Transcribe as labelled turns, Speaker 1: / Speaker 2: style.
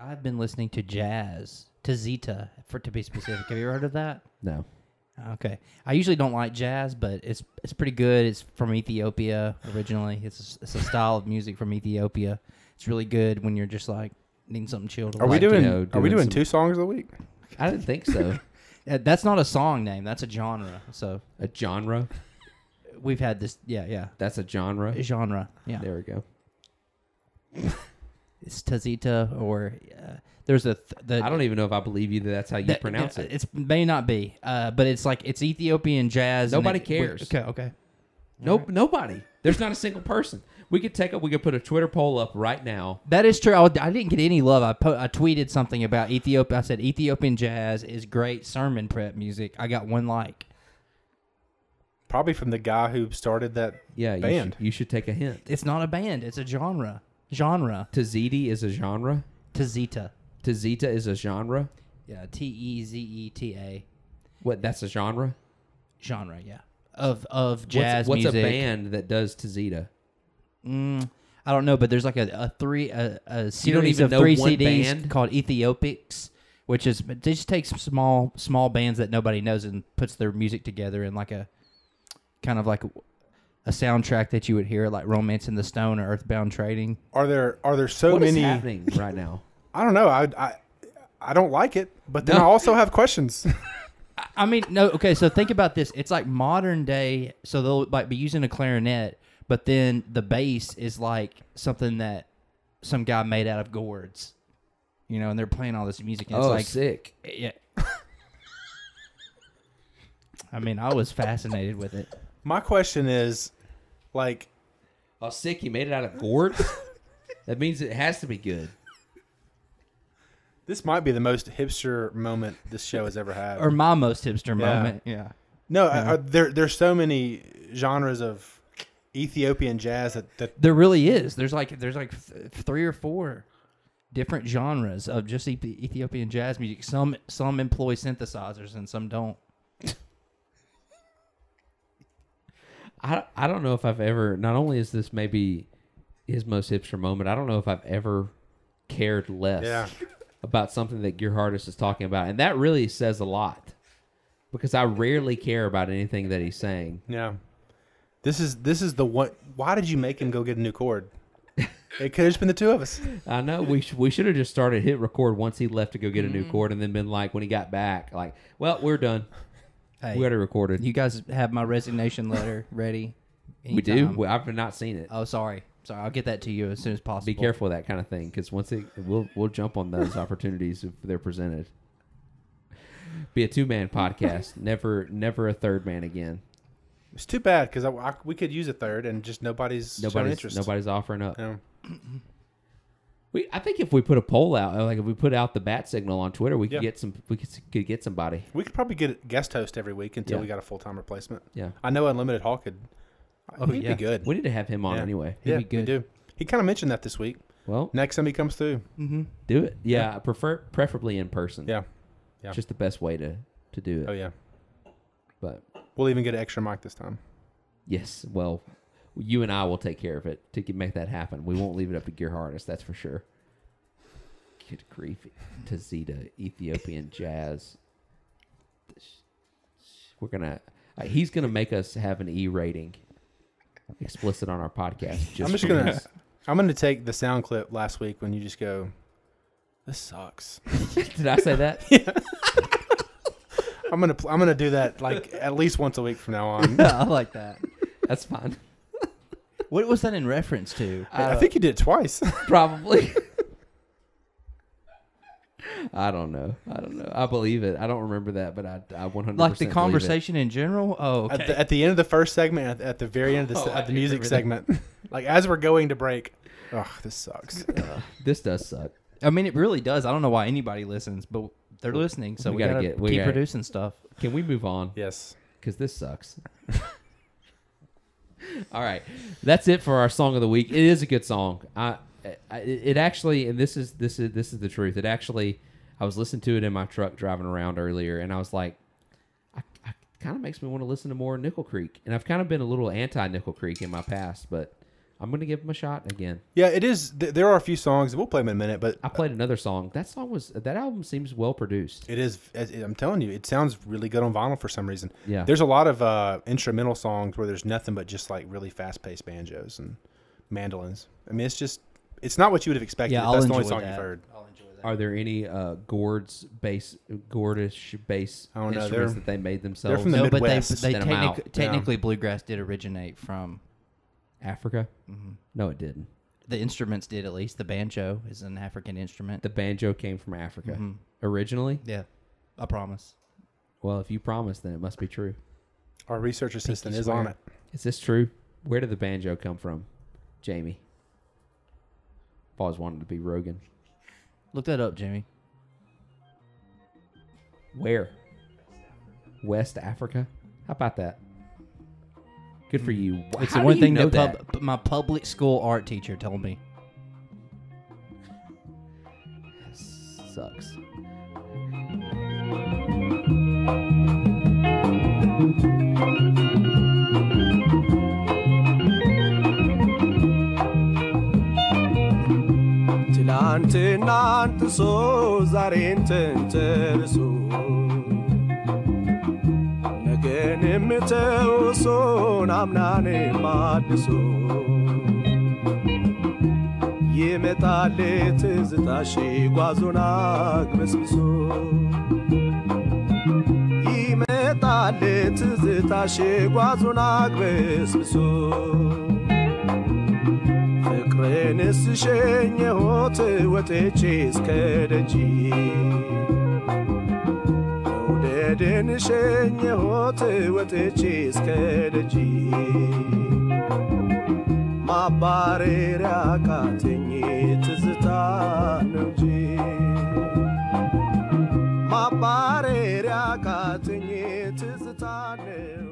Speaker 1: I've been listening to jazz, to Zeta, for to be specific. Have you ever heard of that?
Speaker 2: No.
Speaker 1: Okay. I usually don't like jazz, but it's it's pretty good. It's from Ethiopia originally. It's a, it's a style of music from Ethiopia. It's really good when you're just like needing something chill to
Speaker 3: Are we
Speaker 1: like.
Speaker 3: doing?
Speaker 2: you know,
Speaker 3: are we
Speaker 2: doing
Speaker 3: doing
Speaker 2: some-
Speaker 3: two songs a week?
Speaker 2: I didn't think so.
Speaker 1: Uh, That's not a song name. That's a genre. So
Speaker 2: a genre.
Speaker 1: we've had this. Yeah, yeah.
Speaker 2: That's a genre.
Speaker 1: Genre. Yeah.
Speaker 2: There we go.
Speaker 1: It's Tazita or uh, there's a th- the
Speaker 2: I don't even know if I believe you that that's how you
Speaker 1: that- uh,
Speaker 2: pronounce it.
Speaker 1: It's may not be, uh, but it's like it's Ethiopian jazz. and
Speaker 2: Nobody
Speaker 1: it-
Speaker 2: cares.
Speaker 1: Okay, okay.
Speaker 2: Nope, nobody. There's not a single person. We could take up. We could put a Twitter poll up right now.
Speaker 1: That is true. I, would- I didn't get any love. I po- I tweeted something about Ethiopia. I said Ethiopian jazz is great sermon prep music. I got one like.
Speaker 3: Probably from the guy who started that.
Speaker 2: Yeah, you
Speaker 3: Banned.
Speaker 2: should- you should take a hint.
Speaker 1: It's not a band. It's a genre. Genre.
Speaker 2: Taziti is a genre.
Speaker 1: Tazita.
Speaker 2: Tazita is a genre.
Speaker 1: Yeah. T e z e t a.
Speaker 2: What? That's a genre.
Speaker 1: Genre. Yeah. Of of
Speaker 2: What's-
Speaker 1: jazz
Speaker 2: What's,
Speaker 1: music.
Speaker 2: a band that does Tazita?
Speaker 1: Mm, I don't know, but there's like a, a three a, a series
Speaker 2: even
Speaker 1: of
Speaker 2: know
Speaker 1: three
Speaker 2: one
Speaker 1: CDs
Speaker 2: band?
Speaker 1: called Ethiopics, which is they just take some small small bands that nobody knows and puts their music together in like a kind of like a, a soundtrack that you would hear like Romance in the Stone or Earthbound Trading.
Speaker 3: Are there? Are there so
Speaker 2: What is
Speaker 3: many?
Speaker 2: happening right now?
Speaker 3: I don't know. I, I I don't like it, but then
Speaker 2: No.
Speaker 3: I also have questions.
Speaker 1: I mean, no, okay. So think about this. It's like modern day. So they'll like be using a clarinet, but then the bass is like something that some guy made out of gourds, you know. And they're playing all this music. And it's
Speaker 2: oh,
Speaker 1: like
Speaker 2: sick.
Speaker 1: Yeah. I mean, I was fascinated with it.
Speaker 3: My question is, like,
Speaker 2: Oh, sick. You made it out of gourds. that means it has to be good.
Speaker 3: this might be the most hipster moment this show has ever had.
Speaker 1: Or my most hipster
Speaker 3: Yeah.
Speaker 1: moment. Yeah.
Speaker 3: no, I- I- there there's so many genres of Ethiopian jazz that, that
Speaker 1: There really is. There's like there's like th- three or four different genres of just Eth- Ethiopian jazz music. Some some employ synthesizers and some don't.
Speaker 2: I, I don't know if I've ever. Not only is this maybe his most hipster moment, I don't know if I've ever cared less
Speaker 3: Yeah.
Speaker 2: about something that Gerhardus is talking about, and that really says a lot because I rarely care about anything that he's saying.
Speaker 3: yeah. This is this is the one. Why did you make him go get a new chord? It could have just been the two of us.
Speaker 2: I know we sh- we should have just started hit record once he left to go get a new chord, and then been like when he got back, like, well, we're done.
Speaker 1: Hey,
Speaker 2: We already recorded.
Speaker 1: you guys have my resignation letter ready.
Speaker 2: we do.
Speaker 1: anytime.
Speaker 2: We, I've not seen it.
Speaker 1: oh, sorry. Sorry. I'll get that to you as soon as possible.
Speaker 2: Be careful of that kind of thing because once it, we'll we'll jump on those opportunities if they're presented. Be a two man podcast. never never a third man again.
Speaker 3: It's too bad because I, I- we could use a third, and just nobody's shown
Speaker 2: Nobody's
Speaker 3: interest.
Speaker 2: nobody's offering up.
Speaker 3: Yeah.
Speaker 2: We I think if we put a poll out, uh, like if we put out the bat signal on Twitter, we could
Speaker 3: Yeah.
Speaker 2: get some. We could, could get somebody.
Speaker 3: We could probably get a guest host every week until
Speaker 2: Yeah.
Speaker 3: we got a full time replacement.
Speaker 2: Yeah,
Speaker 3: I know Unlimited Hall could.
Speaker 1: Oh,
Speaker 3: he'd
Speaker 1: yeah.
Speaker 3: be good.
Speaker 2: we need to have him on
Speaker 3: Yeah.
Speaker 2: anyway.
Speaker 1: He'd
Speaker 3: yeah,
Speaker 1: be
Speaker 3: we
Speaker 1: good.
Speaker 3: do. He kind of mentioned that this week.
Speaker 2: Well,
Speaker 3: Next time he comes through.
Speaker 1: Mm-hmm.
Speaker 2: do it. Yeah, I prefer preferably in person.
Speaker 3: Yeah. yeah.
Speaker 2: just the best way to to do it.
Speaker 3: Oh yeah.
Speaker 2: But
Speaker 3: We'll even get an extra mic this time.
Speaker 2: yes, well, you and I will take care of it to get, make that happen. We won't leave it up to Gerhardus, that's for sure. Good grief, Tazita, Ethiopian jazz. We're gonna. uh, he's gonna make us have an E rating, explicit on our podcast. Just
Speaker 3: I'm just
Speaker 2: for
Speaker 3: gonna.
Speaker 2: this.
Speaker 3: I'm gonna take the sound clip last week when you just go. This sucks.
Speaker 2: Did I say that?
Speaker 3: I'm gonna. Pl- I'm gonna do that like at least once a week from now on.
Speaker 1: I like that.
Speaker 2: That's fine.
Speaker 1: What was that in reference to?
Speaker 3: I think you did it twice.
Speaker 2: Probably. I don't know. I don't know. I believe it. I don't remember that, but I, I 100
Speaker 1: like the conversation in general. Oh, okay.
Speaker 3: at, the, at the end of the first segment, at, at the very end of the, se-
Speaker 2: Oh, I
Speaker 3: at the
Speaker 2: do
Speaker 3: music
Speaker 2: remember that.
Speaker 3: segment, like as we're going to break. Ugh, this sucks.
Speaker 2: This does suck.
Speaker 1: I mean, it really does. I don't know why anybody listens, but they're listening, so we,
Speaker 2: We
Speaker 1: gotta,
Speaker 2: gotta get- we
Speaker 1: keep
Speaker 2: gotta-
Speaker 1: producing stuff.
Speaker 2: Can we move on?
Speaker 3: yes.
Speaker 2: Because this sucks. All right, that's it for our song of the week. It is a good song. I, I it actually, and this is this is this is the truth. It actually, I was listening to it in my truck driving around earlier, and I was like, I, I kind of makes me want to listen to more Nickel Creek. And I've kind of been a little anti Nickel Creek in my past, but I'm gonna give them a shot again.
Speaker 3: Yeah, it is. Th- there are a few songs. We'll play them in a minute, but
Speaker 2: I played another song. That song was that album seems well produced.
Speaker 3: it is. as- I'm telling you, it sounds really good on vinyl for some reason.
Speaker 2: Yeah.
Speaker 3: There's a lot of uh, instrumental songs where there's nothing but just like really fast-paced banjos and mandolins. I mean, it's just it's not what you would have expected.
Speaker 1: Yeah,
Speaker 3: if
Speaker 1: I'll
Speaker 3: that's the
Speaker 1: enjoy
Speaker 3: only song
Speaker 1: that.
Speaker 3: you've heard.
Speaker 1: I'll enjoy that.
Speaker 2: Are there any uh, gourds bass, gourdish bass
Speaker 3: I don't know,
Speaker 2: instruments
Speaker 3: they're-
Speaker 2: that they made themselves?
Speaker 3: from the
Speaker 1: no,
Speaker 3: Midwest,
Speaker 1: but they, they
Speaker 2: send 'em out.
Speaker 1: technic- technically bluegrass did originate from
Speaker 2: Africa?
Speaker 3: Mm-hmm.
Speaker 2: No, it didn't.
Speaker 1: the instruments did at least. The banjo is an African instrument.
Speaker 2: The banjo came from Africa
Speaker 3: Mm-hmm.
Speaker 2: originally.
Speaker 1: yeah, I promise.
Speaker 2: Well, if you promise, then it must be true.
Speaker 3: Our research assistant
Speaker 1: Pinky
Speaker 3: is on
Speaker 1: swear.
Speaker 3: it.
Speaker 2: Is this true? Where did the banjo come from, Jamie? I've always wanted to be Rogan.
Speaker 1: Look that up, Jimmy.
Speaker 2: Where? West Africa. How about that? Good
Speaker 3: Hmm.
Speaker 2: for you.
Speaker 1: It's the
Speaker 2: How do
Speaker 1: one
Speaker 2: you
Speaker 1: thing
Speaker 2: know
Speaker 1: that, Pub, p- my public school art teacher told me.
Speaker 2: sucks.
Speaker 4: ትላንትና አንጥሶ ዛሬን ተንተርሶ ነገን የምተውሶን አምናን ማድሶ ይመጣል ትዝታሽ ጓዞን አግበስብሶ ይመጣል ትዝታሽ ጓዞን አግበስብሶ ፍቅርን ስሸኘሆት ወጥቼ እስከ ደጅ መውደድን ሸኘሆት ወጥቼ እስከ ደጅ ማባረሪያ ካተኝ ትዝታ ነው እንጂ ማባረሪያ ካተኝ ትዝታ ነው